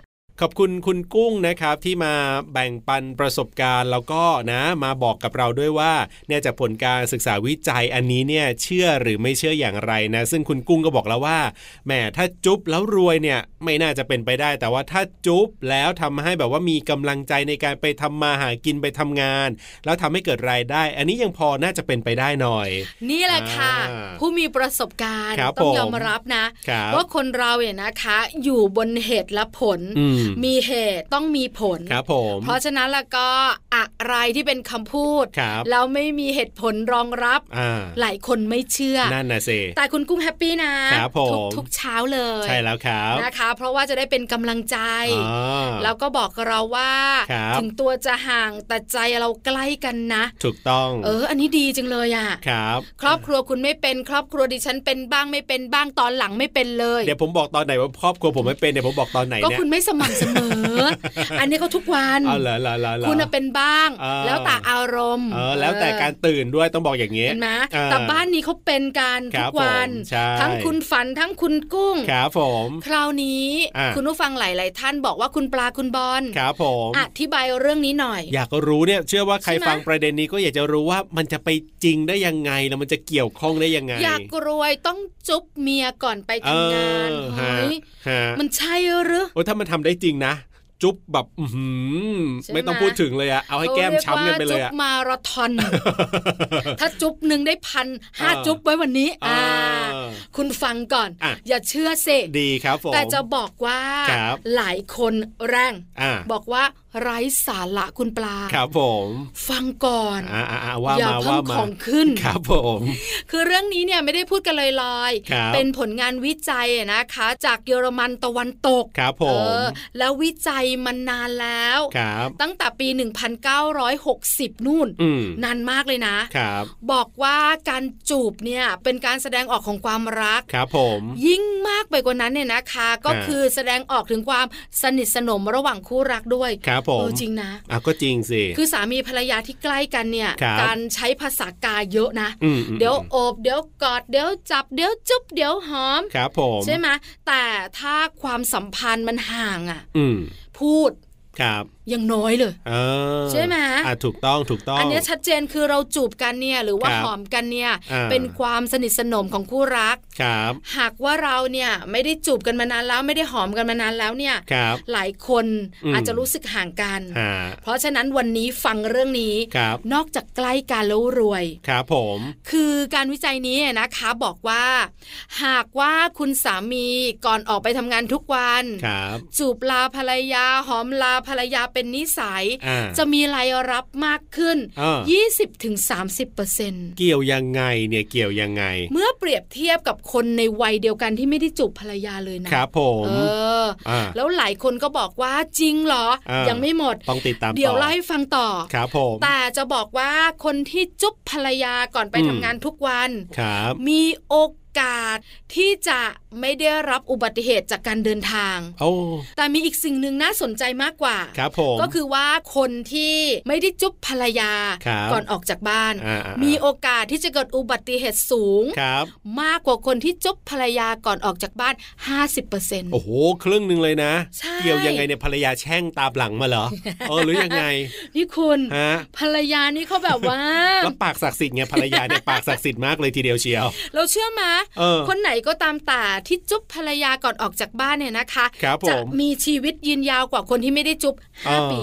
Speaker 2: ขอบคุณคุณกุ้งนะครับที่มาแบ่งปันประสบการณ์ แล้วก็นะมาบอกกับเราด้วยว่าเนี่ยจากผลการศึกษาวิจัยอันนี้เนี่ยเชื่อหรือไม่เชื่ออย่างไรนะ ซึ่งคุณกุ้งก็บอกแล้วว่าแหมถ้าจุ๊บแล้วรวยเนี่ยไม่น่าจะเป็นไปได้ แต่ว่าถ้าจุ๊บแล้วทำให้แบบว่ามีกำลังใจในการไปทำมาหากินไปทำงาน แล้วทำให้เกิดรายได้ อันนี้ยังพอน่าจะเป็นไปได้หน่อย
Speaker 1: นี่แหละค่ะ
Speaker 2: อ่า
Speaker 1: ผู้มีประสบการณ์
Speaker 2: ครับ
Speaker 1: ต้องยอม
Speaker 2: ผม
Speaker 1: รับนะ
Speaker 2: ครับ
Speaker 1: ว่าคนเราเนี่ยนะคะ อยู่บนเหตุและผล
Speaker 2: อืม
Speaker 1: มีเหตุต้องมีผล
Speaker 2: ครับผม
Speaker 1: เพราะฉะนั้นแล้วก็อะไรที่เป็นคำพูด
Speaker 2: ครับ
Speaker 1: แล้วไม่มีเหตุผลรองรับ
Speaker 2: อ่า
Speaker 1: หลายคนไม่เชื่อ
Speaker 2: นั่นนะสิ
Speaker 1: แต่คุณกุ้งแฮปปี้นะครับ
Speaker 2: ผม
Speaker 1: ทุกทุกเช้าเลย
Speaker 2: ใช่แล้วครับ
Speaker 1: นะคะ เพราะว่าจะได้เป็นกำลังใจ
Speaker 2: อ่า
Speaker 1: แล้วก็บอกกับเราว่า
Speaker 2: ครับ
Speaker 1: ถึงตัวจะห่างแต่ใจเราใกล้กันนะ
Speaker 2: ถูกต้อง
Speaker 1: เออ อันนี้ดีจังเลยอะ
Speaker 2: ครับ
Speaker 1: ครอบครัวคุณไม่เป็น ครอบครัวดิฉันเป็นบ้างไม่เป็นบ้างตอนหลังไม่เป็นเลย
Speaker 2: เดี๋ยวผมบอกตอนไหนว่าครอบครัวผมไม่เป็นเดี๋ยวผมบอกตอนไหน
Speaker 1: ก็
Speaker 2: เนี่ย
Speaker 1: คุณไม่สม่ำเสมอ อันนี้เขาทุกวัน
Speaker 2: เอาเหรอเหรอเหรอหรอ
Speaker 1: คุณน่ะเป็นบ้าง
Speaker 2: เออ
Speaker 1: แล้วแต่อารมณ์
Speaker 2: เออแล้วแต่การตื่นด้วยต้องบอกอย่างเงี้ย
Speaker 1: เห็นไหม
Speaker 2: อ่า
Speaker 1: แต่บ้านนี้เขาเป็นกัน
Speaker 2: ครั
Speaker 1: ทุ
Speaker 2: บ
Speaker 1: กวัน
Speaker 2: ผมใช่
Speaker 1: ทั้งคุณฝันทั้งคุณกุ้ง
Speaker 2: ครับผม
Speaker 1: คราวนี้
Speaker 2: อ่า
Speaker 1: คุณผู้ฟังหลาย ๆ ท่านบอกว่าคุณปลาคุณบอล
Speaker 2: ครับผม
Speaker 1: อธิบายเรื่องนี้หน่อย
Speaker 2: อยากรู้เนี่ยเชื่อว่าใคร
Speaker 1: ใช่ไหม
Speaker 2: ฟังประเด็นนี้ก็อยากจะรู้ว่ามันจะไปจริงได้ยังไงแล้วมันจะเกี่ยวข้องได้ยังไง
Speaker 1: อยากรวยต้องจุ๊บเมียก่อนไป
Speaker 2: เอ
Speaker 1: ทำงาน
Speaker 2: อฮะ
Speaker 1: เฮ้ย
Speaker 2: ฮะ
Speaker 1: มันใช่หรือ
Speaker 2: โอ้ถ้ามันทำได้จริงนะ จุ๊บแบบอื้อหือ
Speaker 1: ใช่ไหม
Speaker 2: ไม่ต้องพูดถึงเลยอะเอาให้แก้มช้ำกันไปเลย
Speaker 1: ขารีกว่าจุ๊
Speaker 2: อะ
Speaker 1: บมาราธอน ถ้าจุ๊บหนึ่งได้พันห้า
Speaker 2: อ่า
Speaker 1: จุ๊บไว้วันนี้ อ่า
Speaker 2: เออ
Speaker 1: คุณฟังก่อน
Speaker 2: อ่ะ
Speaker 1: อย่าเชื่อเสก
Speaker 2: ดีครับผม
Speaker 1: แต่จะบอกว่า
Speaker 2: ครับ
Speaker 1: หลายคนแรง
Speaker 2: อ่า
Speaker 1: บอกว่าไร้สาระคุณปลา
Speaker 2: ครับผม
Speaker 1: ฟังก่อน
Speaker 2: อ่าอ่าอ่าว่า
Speaker 1: อย่า
Speaker 2: มา
Speaker 1: เพิ่
Speaker 2: ว่าง
Speaker 1: ข
Speaker 2: มา
Speaker 1: องขึ้น
Speaker 2: ครับผม
Speaker 1: คือเรื่องนี้เนี่ยไม่ได้พูดกันลอย
Speaker 2: ครับ
Speaker 1: ๆ เป็นผลงานวิจัยอะนะคะ จากเยอรมันตะวันตก
Speaker 2: ครับผ
Speaker 1: เอ
Speaker 2: ม
Speaker 1: อแล้ววิจัย มานานแล้ว
Speaker 2: ครับ
Speaker 1: ตั้งแต่ปี 1960 นู่น
Speaker 2: อืม
Speaker 1: นานมากเลยนะ
Speaker 2: ครับ
Speaker 1: บอกว่าการจูบเนี่ยเป็นการแสดงออกของความรัก
Speaker 2: ครับผม
Speaker 1: ยิ่งมากไปกว่านั้นเนี่ยนะคะ ก็คือแสดงออกถึงความสนิทสนมระหว่างคู่รักด้วย
Speaker 2: ครับผม
Speaker 1: เออจริงนะ
Speaker 2: อ่ะก็จริงสิ
Speaker 1: คือสามีภรรยาที่ใกล้กันเนี่ย
Speaker 2: ครับ
Speaker 1: การใช้ภาษากายเยอะนะ
Speaker 2: มอืม
Speaker 1: เดี๋ยวโอบเดี๋ยวกอดเดี๋ยวจับเดี๋ยวจุ๊บเดี๋ยวหอม
Speaker 2: ครับผม
Speaker 1: ใช่ไหมแต่ถ้าความสัมพันธ์มันห่างอ่ะ
Speaker 2: อืม
Speaker 1: พูด
Speaker 2: ครับ
Speaker 1: ยังน้อยเลย
Speaker 2: เออ
Speaker 1: ใช่ไหม
Speaker 2: อ่ะถูกต้องถูกต้อง
Speaker 1: อันเนี้ยชัดเจนคือเราจูบกันเนี่ยหรือว่า
Speaker 2: ครับ
Speaker 1: หอมกันเนี่ย
Speaker 2: อ่า
Speaker 1: เป็นความสนิทสนมของคู่รัก
Speaker 2: ครับ
Speaker 1: หากว่าเราเนี่ยไม่ได้จูบกันมานานแล้วไม่ได้หอมกันมานานแล้วเนี่ย
Speaker 2: ครับ
Speaker 1: หลายคน
Speaker 2: อืม
Speaker 1: อาจจะรู้สึกห่างกัน
Speaker 2: อ่า
Speaker 1: เพราะฉะนั้นวันนี้ฟังเรื่องนี้
Speaker 2: ครับ
Speaker 1: นอกจากใกล้กันแล้วรวย
Speaker 2: ครับผม
Speaker 1: คือการวิจัยนี้นะคะบอกว่า หากว่าคุณสามีก่อนออกไปทำงานทุกวัน
Speaker 2: ครับ
Speaker 1: จูบลาภรรยาหอมลาภรรยาเป็นนิสัย
Speaker 2: อ่า
Speaker 1: จะมีรายรับมากขึ้น
Speaker 2: เออ
Speaker 1: 20-30%
Speaker 2: เกี่ยวยังไงเนี่ยเกี่ยวยังไง
Speaker 1: เมื่อเปรียบเทียบกับคนในวัยเดียวกันที่ไม่ได้จูบภรรยาเลยนะครับ
Speaker 2: ผม
Speaker 1: เออ
Speaker 2: อ่า
Speaker 1: แล้วหลายคนก็บอกว่าจริงเหรอ
Speaker 2: อ่ายั
Speaker 1: ยังไม่หมด
Speaker 2: ต้องติดตาม
Speaker 1: เดี๋ยว
Speaker 2: ต่อ
Speaker 1: เล่าให้ฟังต่อ
Speaker 2: ครับผม
Speaker 1: แต่จะบอกว่าคนที่จุ๊บภรรยาก่อนไป
Speaker 2: อืม
Speaker 1: ทำงานทุกวัน
Speaker 2: ครับ
Speaker 1: มีโอกาสที่จะไม่ได้รับอุบัติเหตุจากการเดินทาง
Speaker 2: โอ้
Speaker 1: แต่มีอีกสิ่งหนึ่งน่าสนใจมากกว่า
Speaker 2: ครับผม
Speaker 1: ก็คือว่าคนที่ไม่ได้จุ๊บภรรยา
Speaker 2: ครับ
Speaker 1: ก่อนออกจากบ้าน
Speaker 2: อ่าๆๆ
Speaker 1: มีโอกาสที่จะเกิดอุบัติเหตุสูง
Speaker 2: ครับ
Speaker 1: มากกว่าคนที่จุ๊บภรรยาก่อนออกจากบ้าน 50%
Speaker 2: โอ้โห ครึ่งหนึ่งเลยนะ
Speaker 1: ใช่
Speaker 2: เกี่ยวยังไงเนี่ยภรรยาแช่งตามหลัง มาเหรอ เออหรือยังไง
Speaker 1: นี่คุณ
Speaker 2: ฮะ
Speaker 1: ภรรยานี่เขาแบบว่า
Speaker 2: แล้วปากศักดิ์สิทธิ์ไงภรรยา เนี่ยปากศักดิ์สิทธิ์มากเลยทีเดียวเชียว
Speaker 1: เราเชื่อมา
Speaker 2: เออ
Speaker 1: คนไหนก็ตามแต่ที่จุ๊บภรรยาก่อนออกจากบ้านเนี่ยนะคะ
Speaker 2: ครับผม
Speaker 1: จะมีชีวิตยืนยาวกว่าคนที่ไม่ได้จุ๊บห้า
Speaker 2: เออ
Speaker 1: ปี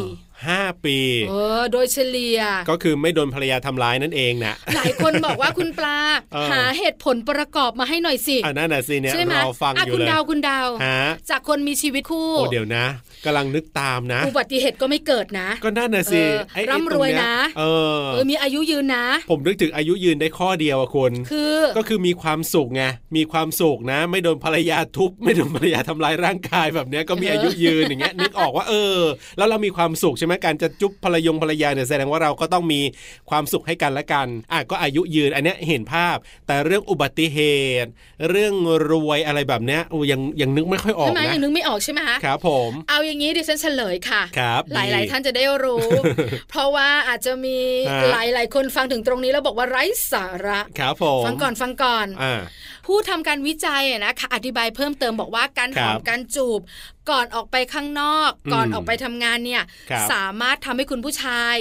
Speaker 2: ห้าปี
Speaker 1: เออ โดยเฉลี่ย
Speaker 2: ก็คือไม่โดนภรรยาทำร้ายนั่นเองนะ
Speaker 1: หลายคนบอกว่าคุณปลา
Speaker 2: เออ
Speaker 1: หาเหตุผลประกอบมาให้หน่อยสิ
Speaker 2: อ่านั่นน่ะสิเนี่ย
Speaker 1: ใช่ไหม
Speaker 2: รอฟัง
Speaker 1: อ่ะ
Speaker 2: อยู่
Speaker 1: คุณ
Speaker 2: เลย
Speaker 1: ดาวคุณดาว
Speaker 2: ฮะ
Speaker 1: จากคนมีชีวิตคู่
Speaker 2: โอ้เดี๋ยวนะกำลังนึกตามนะ
Speaker 1: อุบัติเหตุก็ไม่เกิดนะ
Speaker 2: ก็นั่นน่ะสิ
Speaker 1: เออ
Speaker 2: ไอ้ไอ้
Speaker 1: ร่ำรวย
Speaker 2: ตงเ
Speaker 1: นะ
Speaker 2: เออ
Speaker 1: เออมีอายุยืนนะ
Speaker 2: ผมนึกถึงอายุยืนได้ข้อเดียวอะคุณ
Speaker 1: คือ
Speaker 2: ก็คือมีความสุขไง มีความสุขนะ ไม่โดนภรรยาทุบ ไม่โดนภรรยาทำร้ายร่างกายแบบเนี้ยก็มี
Speaker 1: เอออ
Speaker 2: อายุยืนอย่างเงี้ยนึกออกว่าเออ แล้วเรามีความสุขใช่ไหมการจะจุ๊บภรรยงภรรยาเนี่ยแสดงว่าเราก็ต้องมีความสุขให้กันและกันอ่ะก็อายุยืนอันเนี้ยเห็นภาพ แต่เรื่องอุบัติเหตุ เรื่องรวยอะไรแบบเนี้ยโอ้ยังยังนึกไม่ค่อยออ
Speaker 1: ใช่
Speaker 2: ก
Speaker 1: ไหม
Speaker 2: นะ
Speaker 1: ยังนึกไม่ออกใช่ไหมคะ
Speaker 2: ครับผม
Speaker 1: เอาอย่างนี้ดิฉันเฉลยค่ะ
Speaker 2: ครับ
Speaker 1: หลาย
Speaker 2: ดี
Speaker 1: ๆท่านจะได้รู้ เพราะว่าอาจจะมี
Speaker 2: ฮะ
Speaker 1: หลายหลายๆคนฟังถึงตรงนี้แล้วบอกว่าไร้สาระ
Speaker 2: ครับผม
Speaker 1: ฟังก่อนฟังก่อน
Speaker 2: อ่า
Speaker 1: ผู้ทำการวิจัยอะนะคะอธิบายเพิ่มเติมบอกว่าการหอม
Speaker 2: ครับ
Speaker 1: การจูบ ก่อนออกไปข้างนอก
Speaker 2: อืม
Speaker 1: ก่อนออกไปทำงานเนี่ย
Speaker 2: ครับ
Speaker 1: สามารถทำให้คุณผู้ชาย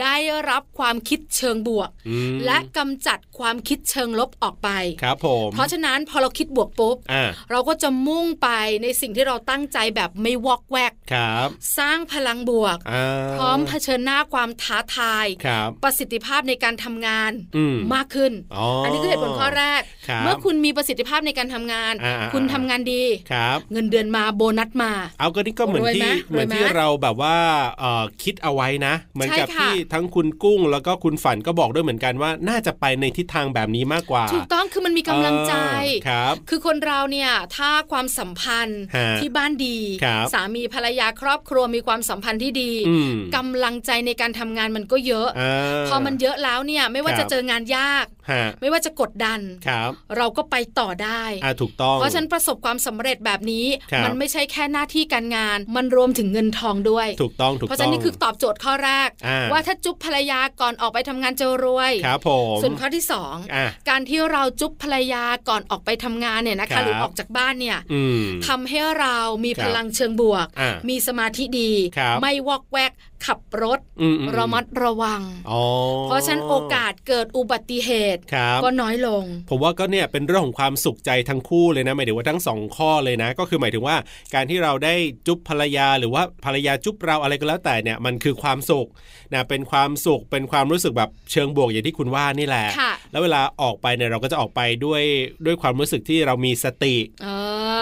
Speaker 1: ได้รับความคิดเชิงบวก
Speaker 2: อืม
Speaker 1: และกำจัดความคิดเชิงลบออกไป
Speaker 2: ครับผม
Speaker 1: เพราะฉะนั้นพอเราคิดบวกปุ๊บ
Speaker 2: อ่า
Speaker 1: เราก็จะมุ่งไปในสิ่งที่เราตั้งใจแบบไม่วอกแวก
Speaker 2: ครับ
Speaker 1: สร้างพลังบวก
Speaker 2: อ่า
Speaker 1: พร้อมเผชิญหน้าความท้าทาย
Speaker 2: ครับ
Speaker 1: ประสิทธิภาพในการทำงาน
Speaker 2: อืม
Speaker 1: มากขึ้น
Speaker 2: อ๋ออั
Speaker 1: นนี้คือเหตุผลข้อแรก
Speaker 2: ครับ
Speaker 1: เมื่อคุณมีประสิทธิภาพในการทำงาน
Speaker 2: อ่าๆ
Speaker 1: คุณทำงานดี
Speaker 2: ครับ
Speaker 1: เงินเดือนมาโบนัสมา
Speaker 2: เอาก็นี่ก็เหมือน
Speaker 1: รวยไหม
Speaker 2: ที่เหมื
Speaker 1: รวย
Speaker 2: อน
Speaker 1: ไหม
Speaker 2: ที่เราแบบว่าเอ่อคิดเอาไว้นะ เหมือนกับ
Speaker 1: ใช่ค่ะ
Speaker 2: ที่ทั้งคุณกุ้งแล้วก็คุณฝันก็บอกด้วยเหมือนกันว่า น่าจะไปในทิศทางแบบนี้มากกว่า
Speaker 1: ถูกต้องคือมันมีกำลังใจ
Speaker 2: เออครับ
Speaker 1: คือคนเราเนี่ยถ้าความสัมพันธ์
Speaker 2: ฮะ
Speaker 1: ที่บ้านดี
Speaker 2: ครับ
Speaker 1: สามีภรรยาครอบครัวมีความสัมพันธ์ที่ดี
Speaker 2: อืม
Speaker 1: กำลังใจในการทำงานมันก็เยอะ
Speaker 2: อ่า
Speaker 1: พอมันเยอะแล้วเนี่ยไม่ว่า
Speaker 2: ครับ
Speaker 1: จะเจองานยาก
Speaker 2: ฮะ
Speaker 1: ไม่ว่าจะกดดัน
Speaker 2: ครับ
Speaker 1: เราก็ไปต่อได้
Speaker 2: อ่าถูกต้อง
Speaker 1: เพราะฉะนันประสบความสำเร็จแบบนี้
Speaker 2: ครับ
Speaker 1: มันไม่ใช่แค่หน้าที่การงาน มันรวมถึงเงินทองด้วย
Speaker 2: ถูกต้องถูก
Speaker 1: เพราะฉะนั้
Speaker 2: ต้อนง
Speaker 1: นี่คือตอบโจทย์ข้อแรก
Speaker 2: อ่า
Speaker 1: ว่าถ้าจุ๊บภรรยาก่อนออกไปทำงานจะรวย
Speaker 2: ครับผม
Speaker 1: ส่วนข้อที่สอง
Speaker 2: อ่ะ
Speaker 1: การที่เราจุ๊บภรรยาก่อนออกไปทำงานเนี่ยนะ
Speaker 2: ครั
Speaker 1: คะ
Speaker 2: บ
Speaker 1: หรือออกจากบ้านเนี่ย
Speaker 2: อืม
Speaker 1: ทำให้เรามี
Speaker 2: ครับ
Speaker 1: พลังเชิงบวก
Speaker 2: อ่ามี
Speaker 1: มีสมาธิดี
Speaker 2: ครับ
Speaker 1: ไม่วอกแวกขับรถ
Speaker 2: อืมอื
Speaker 1: ระมัดระวัง
Speaker 2: อ๋อ
Speaker 1: เพราะฉะนันโอกาสเกิดอุบัติเหตุ
Speaker 2: ครับ
Speaker 1: ก็น้อยลง
Speaker 2: ผมว่าก็เนี่ยเป็นเรื่องของความสุขใจทั้งคู่เลยนะหมายถึงว่าทั้งสองข้อเลยนะ ก็คือหมายถึงว่าการที่เราได้จุ๊บภรรยาหรือว่าภรรยาจุ๊บเราอะไรก็แล้วแต่เนี่ยมันคือความสุขนะเป็นความสุขเป็นความรู้สึกแบบเชิงบวกอย่างที่คุณว่านี่แหละ
Speaker 1: ค่ะ
Speaker 2: แล้วเวลาออกไปเนี่ยเราก็จะออกไปด้วยด้วยความรู้สึกที่เรามีสติ
Speaker 1: เอ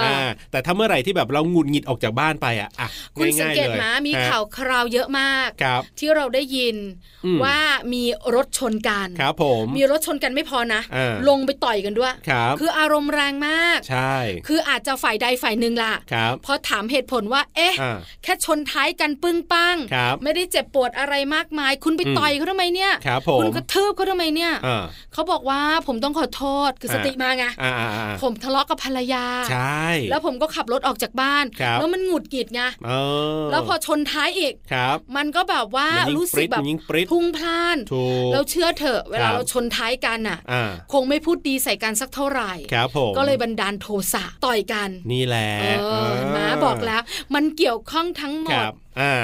Speaker 1: ออ
Speaker 2: แต่ถ้าเมื่อไหร่ที่แบบเราหงุดหงิดออกจากบ้านไปอ่ะอ่ะ
Speaker 1: คุณสัง
Speaker 2: ง่ายๆ
Speaker 1: เกต
Speaker 2: ลย
Speaker 1: ไหมมี
Speaker 2: ฮะ
Speaker 1: ข่าวคราวเยอะมา าก
Speaker 2: ครับ
Speaker 1: ที่เราได้ยิน
Speaker 2: อืม
Speaker 1: ว่ามีรถชนกัน
Speaker 2: ครับผม
Speaker 1: มีรถชนกันไม่พอนะ
Speaker 2: อ่า
Speaker 1: ลงไปต่อยกันด้วย
Speaker 2: ครับ
Speaker 1: คืออารมณ์แรงมาก
Speaker 2: ใช่
Speaker 1: คืออาจจะฝ่ายใดฝ่ายหนึ่งล่ะ
Speaker 2: ครับ
Speaker 1: พอถามเหตุผลว่า เอ๊ะ
Speaker 2: อ่า
Speaker 1: แค่ชนท้ายกันปึ้งปัง
Speaker 2: ครับ
Speaker 1: ไม่ได้เจ็บปวดอะไรมากมาย คุณไป
Speaker 2: อืม
Speaker 1: ต่อยเขาทำไมเนี่ย
Speaker 2: ครับผม
Speaker 1: คุณกระทืบเขาทำไมเนี่ย
Speaker 2: อ่า
Speaker 1: เขาบอกว่าผมต้องขอโทษ คือสติ
Speaker 2: อ่าม
Speaker 1: มาไง
Speaker 2: อ่าอ่าอ่า
Speaker 1: ผมทะเลาะกับภรรยา
Speaker 2: ใช่
Speaker 1: แล้วผมก็ขับรถออกจากบ้าน
Speaker 2: ครับ
Speaker 1: แล้วมันหงุดหงิดไง
Speaker 2: เออ
Speaker 1: แล้วพอชนท้ายอีก
Speaker 2: ครับ
Speaker 1: มันก็แบบว่าม
Speaker 2: นยิ่ง
Speaker 1: รู้สึกแบบ
Speaker 2: ปริ๊ดมันยิ่งปริ๊ด
Speaker 1: พรุ่งพล่าน
Speaker 2: ถูก
Speaker 1: แล้วเชื่อเถอะเวลา
Speaker 2: ครับ
Speaker 1: เราชนท้ายกันน่ะ
Speaker 2: อ่า
Speaker 1: คงไม่พูดดีใส่กันสักเท่าไหร่
Speaker 2: ครับผม
Speaker 1: ก็เลยบันดาลโทสะต่อยกัน
Speaker 2: นี่แหละ
Speaker 1: เออเห็นไหมา บอกแล้ว มันเกี่ยวข้องทั้งหม
Speaker 2: ค
Speaker 1: ด
Speaker 2: รับ อ่า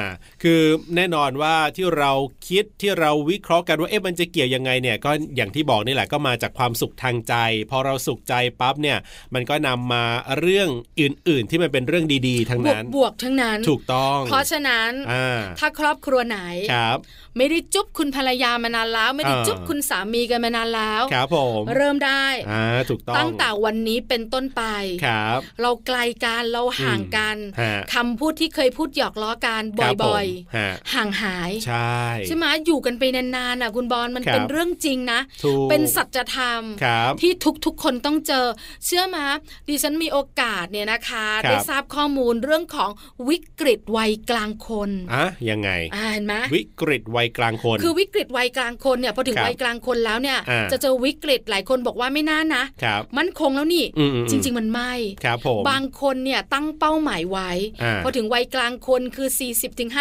Speaker 2: คือแน่นอนว่าที่เราคิดที่เราวิเคราะห์กันว่าเอ๊ะมันจะเกี่ยวยังไงเนี่ยก็อย่างที่บอกนี่แหละก็มาจากความสุขทางใจ พอเราสุขใจปั๊บเนี่ย มันก็นำมาเรื่องอื่น ๆ ที่มันเป็นเรื่องดีๆ ทั้ง
Speaker 1: บวก
Speaker 2: นั้น
Speaker 1: บวกทั้งนั้น
Speaker 2: ถูกต้อง
Speaker 1: เพราะฉะนั้น
Speaker 2: อ่า
Speaker 1: ถ้าครอบครัวไหน
Speaker 2: ครับ
Speaker 1: ไม่ได้จุ๊บคุณภรรยามานานแล้ว ไม่ได้
Speaker 2: อ่า
Speaker 1: จุ๊บคุณสามีกันมานานแล้ว
Speaker 2: ครับผม
Speaker 1: เริ่มได้
Speaker 2: อ่าถูกต้อง
Speaker 1: ตั้งแต่วันนี้เป็นต้นไป
Speaker 2: ครับ
Speaker 1: เราไกลกันเราห่างกัน
Speaker 2: ฮะ
Speaker 1: คำพูดที่เคยพูดหยอกล้อกัน
Speaker 2: ครับผม
Speaker 1: บ่อย
Speaker 2: ฮะ
Speaker 1: ๆ ห่างหาย
Speaker 2: ใช่
Speaker 1: ใช่ไหมอยู่กันไปนานๆอ่ะคุณบอลมัน
Speaker 2: ครับ
Speaker 1: เป็นเรื่องจริงนะ
Speaker 2: ถูก
Speaker 1: เป็นสัจธรรม
Speaker 2: ครับ
Speaker 1: ที่ทุกๆ คนต้องเจอ เชื่อมาดิฉันมีโอกาสเนี่ยนะคะ
Speaker 2: ครับ
Speaker 1: ได้ทราบข้อมูลเรื่องของวิกฤตวัยกลางคน
Speaker 2: อ่ะยังไง
Speaker 1: อ่าเห็นไหม
Speaker 2: วิกฤตวัยกลางคน
Speaker 1: คือวิกฤตวัยกลางคนเนี่ยพอถึง
Speaker 2: ครับ
Speaker 1: วัยกลางคนแล้วเนี่ย
Speaker 2: อ่า
Speaker 1: จะเจอวิกฤตหลายคนบอกว่าไม่น่านะ
Speaker 2: ครับ
Speaker 1: มันคงแล้วนี่
Speaker 2: อืมอืม
Speaker 1: จริง ๆ มันไม่
Speaker 2: ครับผม
Speaker 1: บางคนเนี่ยตั้งเป้าหมายไว้
Speaker 2: อ่า
Speaker 1: พอถึงวัยกลางคนคือ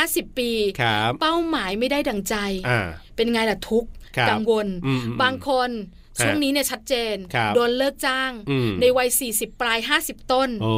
Speaker 1: 40-50 ปี
Speaker 2: ครับ
Speaker 1: เป้าหมายไม่ได้ดังใจ
Speaker 2: อ่า
Speaker 1: เป็นไงล่ะทุกข์
Speaker 2: ครับ
Speaker 1: กังวล
Speaker 2: อืมอืม
Speaker 1: บางคนช่วงนี้เนี่ยชัดเจน
Speaker 2: ครับ
Speaker 1: โดนเลิกจ้าง
Speaker 2: อืม
Speaker 1: ในวัย 40 ปลาย 50 ต้น
Speaker 2: โอ้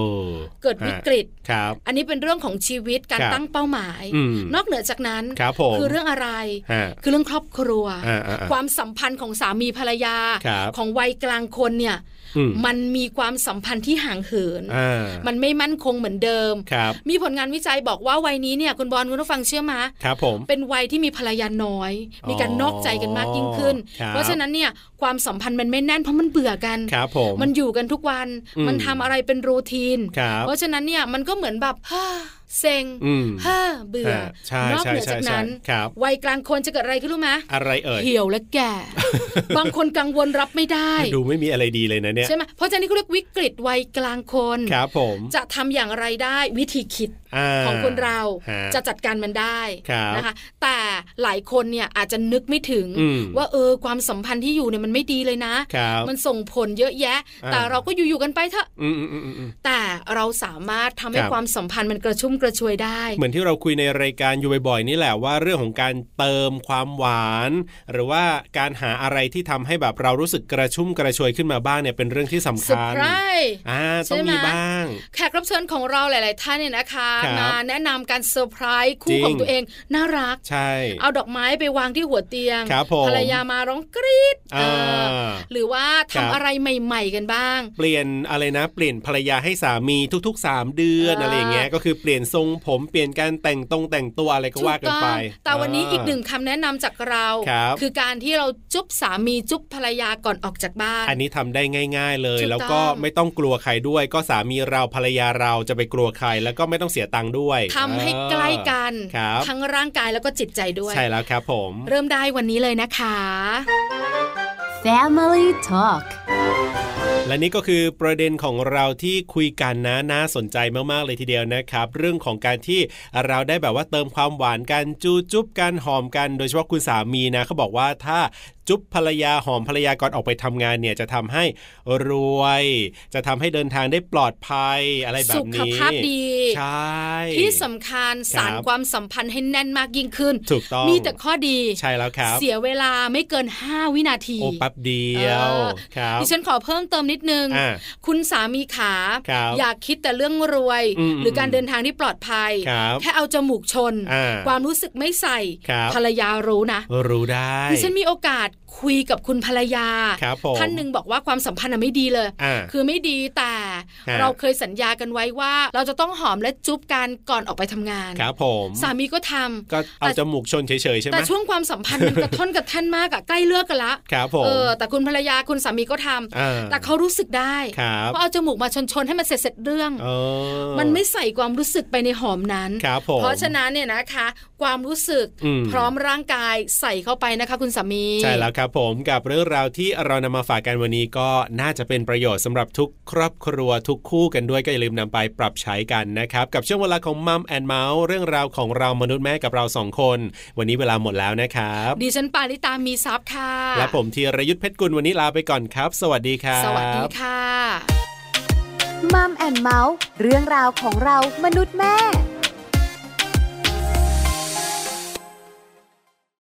Speaker 1: เกิดวิกฤต
Speaker 2: ครับ
Speaker 1: อันนี้เป็นเรื่องของชีวิตการ
Speaker 2: ครับ
Speaker 1: ตั้งเป้าหมาย
Speaker 2: อืม
Speaker 1: นอกเหนือจากนั้น
Speaker 2: ครับผม
Speaker 1: อเรื่องอะไร
Speaker 2: ฮะ
Speaker 1: คือเรื่องครอบครัว
Speaker 2: อ่าอ่าอ่า
Speaker 1: ความสัมพันธ์ของสามีภรรยา
Speaker 2: ครับ
Speaker 1: ของวัยกลางคนเนี่ย
Speaker 2: อืม
Speaker 1: มันมีความสัมพันธ์ที่ห่างเหิน
Speaker 2: อ่า
Speaker 1: มันไม่มั่นคงเหมือนเดิม
Speaker 2: ครับ
Speaker 1: มีผลงานวิจัยบอกว่าวัยนี้เนี่ยคุณบอลคุณผู้ฟังเชื่อมา
Speaker 2: ครับผม
Speaker 1: เป็นวัยที่มีภรรยาน้อย มีการนอกใจกันมากยิ่งขึ้น
Speaker 2: ครับ
Speaker 1: เพราะฉะนั้นเนี่ยความสัมพันธ์มันไม่แน่นเพราะมันเบื่อกัน
Speaker 2: ครับผม
Speaker 1: มันอยู่กันทุกวัน
Speaker 2: อืม
Speaker 1: มันทำอะไรเป็นรูทีน
Speaker 2: ครับ
Speaker 1: เพราะฉะนั้นเนี่ยมันก็เหมือนแบบฮ่าเซ็ง
Speaker 2: อืม
Speaker 1: ฮ่าเบื่อ
Speaker 2: าใช่
Speaker 1: นอก
Speaker 2: ใช่
Speaker 1: เหนือ
Speaker 2: ใช่
Speaker 1: จาก
Speaker 2: ใช่
Speaker 1: นั้น
Speaker 2: ครับ
Speaker 1: วัยกลางคนจะเกิดอะไรขึ้นรู้ไหม
Speaker 2: อะไรเอ่ย
Speaker 1: เหี่ยวและ แก่ บางคนกังวลรับไม่ได้
Speaker 2: ดูไม่มีอะไรดีเลยนะเนี่ย
Speaker 1: ใช่ไหมเพราะฉะนั้นนี่เขาเรียกวิกฤตวัยกลางคน
Speaker 2: ครับผม
Speaker 1: จะทำอย่างไรได้วิธีคิด
Speaker 2: า
Speaker 1: ของคนเรา
Speaker 2: ฮ
Speaker 1: จะจัดการมันได้
Speaker 2: ครับ
Speaker 1: นะคะ แต่หลายคนเนี่ยอาจจะนึกไม่ถึง
Speaker 2: อืม
Speaker 1: ว่าเออความสัมพันธ์ที่อยู่เนี่ยมันไม่ดีเลยนะ
Speaker 2: ครับ
Speaker 1: มันส่งผลเยอะแยะ
Speaker 2: อ่า
Speaker 1: แต่เราก็อยู่ๆกันไปเถอะ
Speaker 2: อืมอืมอืมอืมอืม
Speaker 1: แต่เราสามารถทำให้
Speaker 2: ครับ
Speaker 1: ความสัมพันธ์มันกระชุ่มกระชวยได้
Speaker 2: เหมือนที่เราคุยในรายการอยู่บ่อยๆนี่แหละว่าเรื่องของการเติมความหวาน หรือว่าการหาอะไรที่ทำให้แบบเรารู้สึกกระชุ่มกระชวยขึ้นมาบ้างเนี่ยเป็นเรื่องที่สำ
Speaker 1: สุด
Speaker 2: คัญ
Speaker 1: ไร
Speaker 2: อ่าต้องมี
Speaker 1: ใช่ไหม
Speaker 2: บ้าง
Speaker 1: แขกรับเชิญของเราหลาย ๆ ท่านเนี่ยนะคะ
Speaker 2: ครับ
Speaker 1: มาแนะนำการเซอร์ไพรส์
Speaker 2: จริ
Speaker 1: คู่
Speaker 2: ง
Speaker 1: ของตัวเองน่ารัก
Speaker 2: ใช่
Speaker 1: เอาดอกไม้ไปวางที่หัวเตียง
Speaker 2: ครับผม
Speaker 1: ภรรยามาร้องกรี๊ดเอ
Speaker 2: อ่า
Speaker 1: อหรือว่า
Speaker 2: ครั
Speaker 1: ทำ
Speaker 2: บ
Speaker 1: อะไรใหม่ ๆ กันบ้าง
Speaker 2: เปลี่ยนอะไรนะเปลี่ยนภรรยาให้สามีทุกๆ 3 เดือน
Speaker 1: อ่า
Speaker 2: อะไรอย่างเงี้ยก็คือเปลี่ยนทรงผมเปลี่ยนการแต่งตรงแต่งตัวอะไรก็ว่ากันไป
Speaker 1: ถูต้องแต่วันนี้อีกหนึ่งคำแนะนำจากเรา
Speaker 2: ครับ
Speaker 1: อการที่เราจุ๊บสามีจุ๊บภรรยาก่อนออกจากบ้าน
Speaker 2: อันนี้ทำได้ง่าย ๆเลย
Speaker 1: ถูกต้อง
Speaker 2: แล้วก็ไม่ต้องกลัวใครด้วย ก็สามีเราภรรยาเราจะไปกลัวใคร แล้วก็ไม่ต้องเสียตังค์ด้วย
Speaker 1: ทำให้ใกล้กัน
Speaker 2: ครับ
Speaker 1: ทั้งร่างกายแล้วก็จิตใจด้วย
Speaker 2: ใช่แล้วครับผม
Speaker 1: เริ่มได้วันนี้เลยนะคะ
Speaker 7: Family Talk
Speaker 2: และนี่ก็คือประเด็นของเราที่คุยกันนะน่าสนใจมากๆเลยทีเดียวนะครับ เรื่องของการที่เราได้แบบว่าเติมความหวานกันจูจุ๊บกันหอมกัน โดยเฉพาะคุณสามีนะเขาบอกว่าถ้าจุ๊บภรรยาหอมภรรยาก่อนออกไปทำงานเนี่ยจะทำให้รวย จะทำให้เดินทางได้ปลอดภัยอะไรแบบ
Speaker 1: สุ
Speaker 2: นี้
Speaker 1: ขภาพดี
Speaker 2: ใช่
Speaker 1: ที่สำคัญสาน
Speaker 2: ครับ
Speaker 1: ความสัมพันธ์ให้แน่นมากยิ่งขึ้น
Speaker 2: ถูกต้อง
Speaker 1: มีแต่ข้อดี
Speaker 2: ใช่แล้วครับ
Speaker 1: เสียเวลาไม่เกิน 5 วินาที
Speaker 2: โอ้แป๊บเดียว
Speaker 1: เออ
Speaker 2: ครับ
Speaker 1: ดิฉันขอเพิ่มเติมนิดนึง
Speaker 2: อ่า
Speaker 1: คุณสามีขา
Speaker 2: ครับ
Speaker 1: อยากคิดแต่เรื่องรวย
Speaker 2: อืม
Speaker 1: หรือการเดินทางที่ปลอดภัย
Speaker 2: ครับ
Speaker 1: แค่เอาจมูกชน
Speaker 2: อ่า
Speaker 1: ความรู้สึกไม่ใส่
Speaker 2: ครับ
Speaker 1: ภรรยารู้นะ
Speaker 2: รู้ได้
Speaker 1: ดิฉันมีโอกาส คุยกับคุณภรรยา
Speaker 2: ครับผม
Speaker 1: ท่านหนึ่งบอกว่าความสัมพันธ์น่ะไม่ดีเลย
Speaker 2: อ่า
Speaker 1: คือไม่ดีแต่
Speaker 2: ฮะ
Speaker 1: เราเคยสัญญากันไว้ว่า เราจะต้องหอมและจุ๊บกันก่อนออกไปทำงาน
Speaker 2: ครับผม
Speaker 1: สามีก็ทำ
Speaker 2: ก็เอา
Speaker 1: แต่
Speaker 2: จมูกชนเฉยๆใช่ไหม
Speaker 1: แต่ช่วงความสัมพันธ์มัน กระท่อนกระแท่นมากอะใกล้เลิกกันละ
Speaker 2: ครับผม
Speaker 1: เออแต่คุณภรรยาคุณสามีก็ทำ
Speaker 2: อ่า
Speaker 1: แต่เขารู้สึกได้
Speaker 2: ครับ
Speaker 1: เพราะเอาจมูกมาชนๆให้มันเสร็จเสร็จๆเรื่อง
Speaker 2: เออ
Speaker 1: มันไม่ใส่ความรู้สึกไปในหอมนั้น
Speaker 2: ครับผม
Speaker 1: เพราะฉะนั้นเนี่ยนะคะ ความรู้สึก
Speaker 2: อืม
Speaker 1: พร้อมร่างกายใส่เข้าไปนะคะ คุณสามี
Speaker 2: ใช่แล้วครับผมกับเรื่องราวที่เรานำมาฝากกันวันนี้ก็น่าจะเป็นประโยชน์สำหรับทุกครอบครัวทุกคู่กันด้วยก็อย่าลืมนำไปปรับใช้กันนะครับ กับช่วงเวลาของมัมแอนเมาส์เรื่องราวของเรามนุษย์แม่กับเราสองคน วันนี้เวลาหมดแล้วนะครับ
Speaker 1: ดิฉันปาริตามีซับค่ะ
Speaker 2: และผมธีรยุทธเพชรกุลวันนี้ลาไปก่อนครับ สวัสดีครับ
Speaker 1: สวัสดีค่ะ
Speaker 7: มัมแอนเมาส์เรื่องราวของเรามนุษย์แม่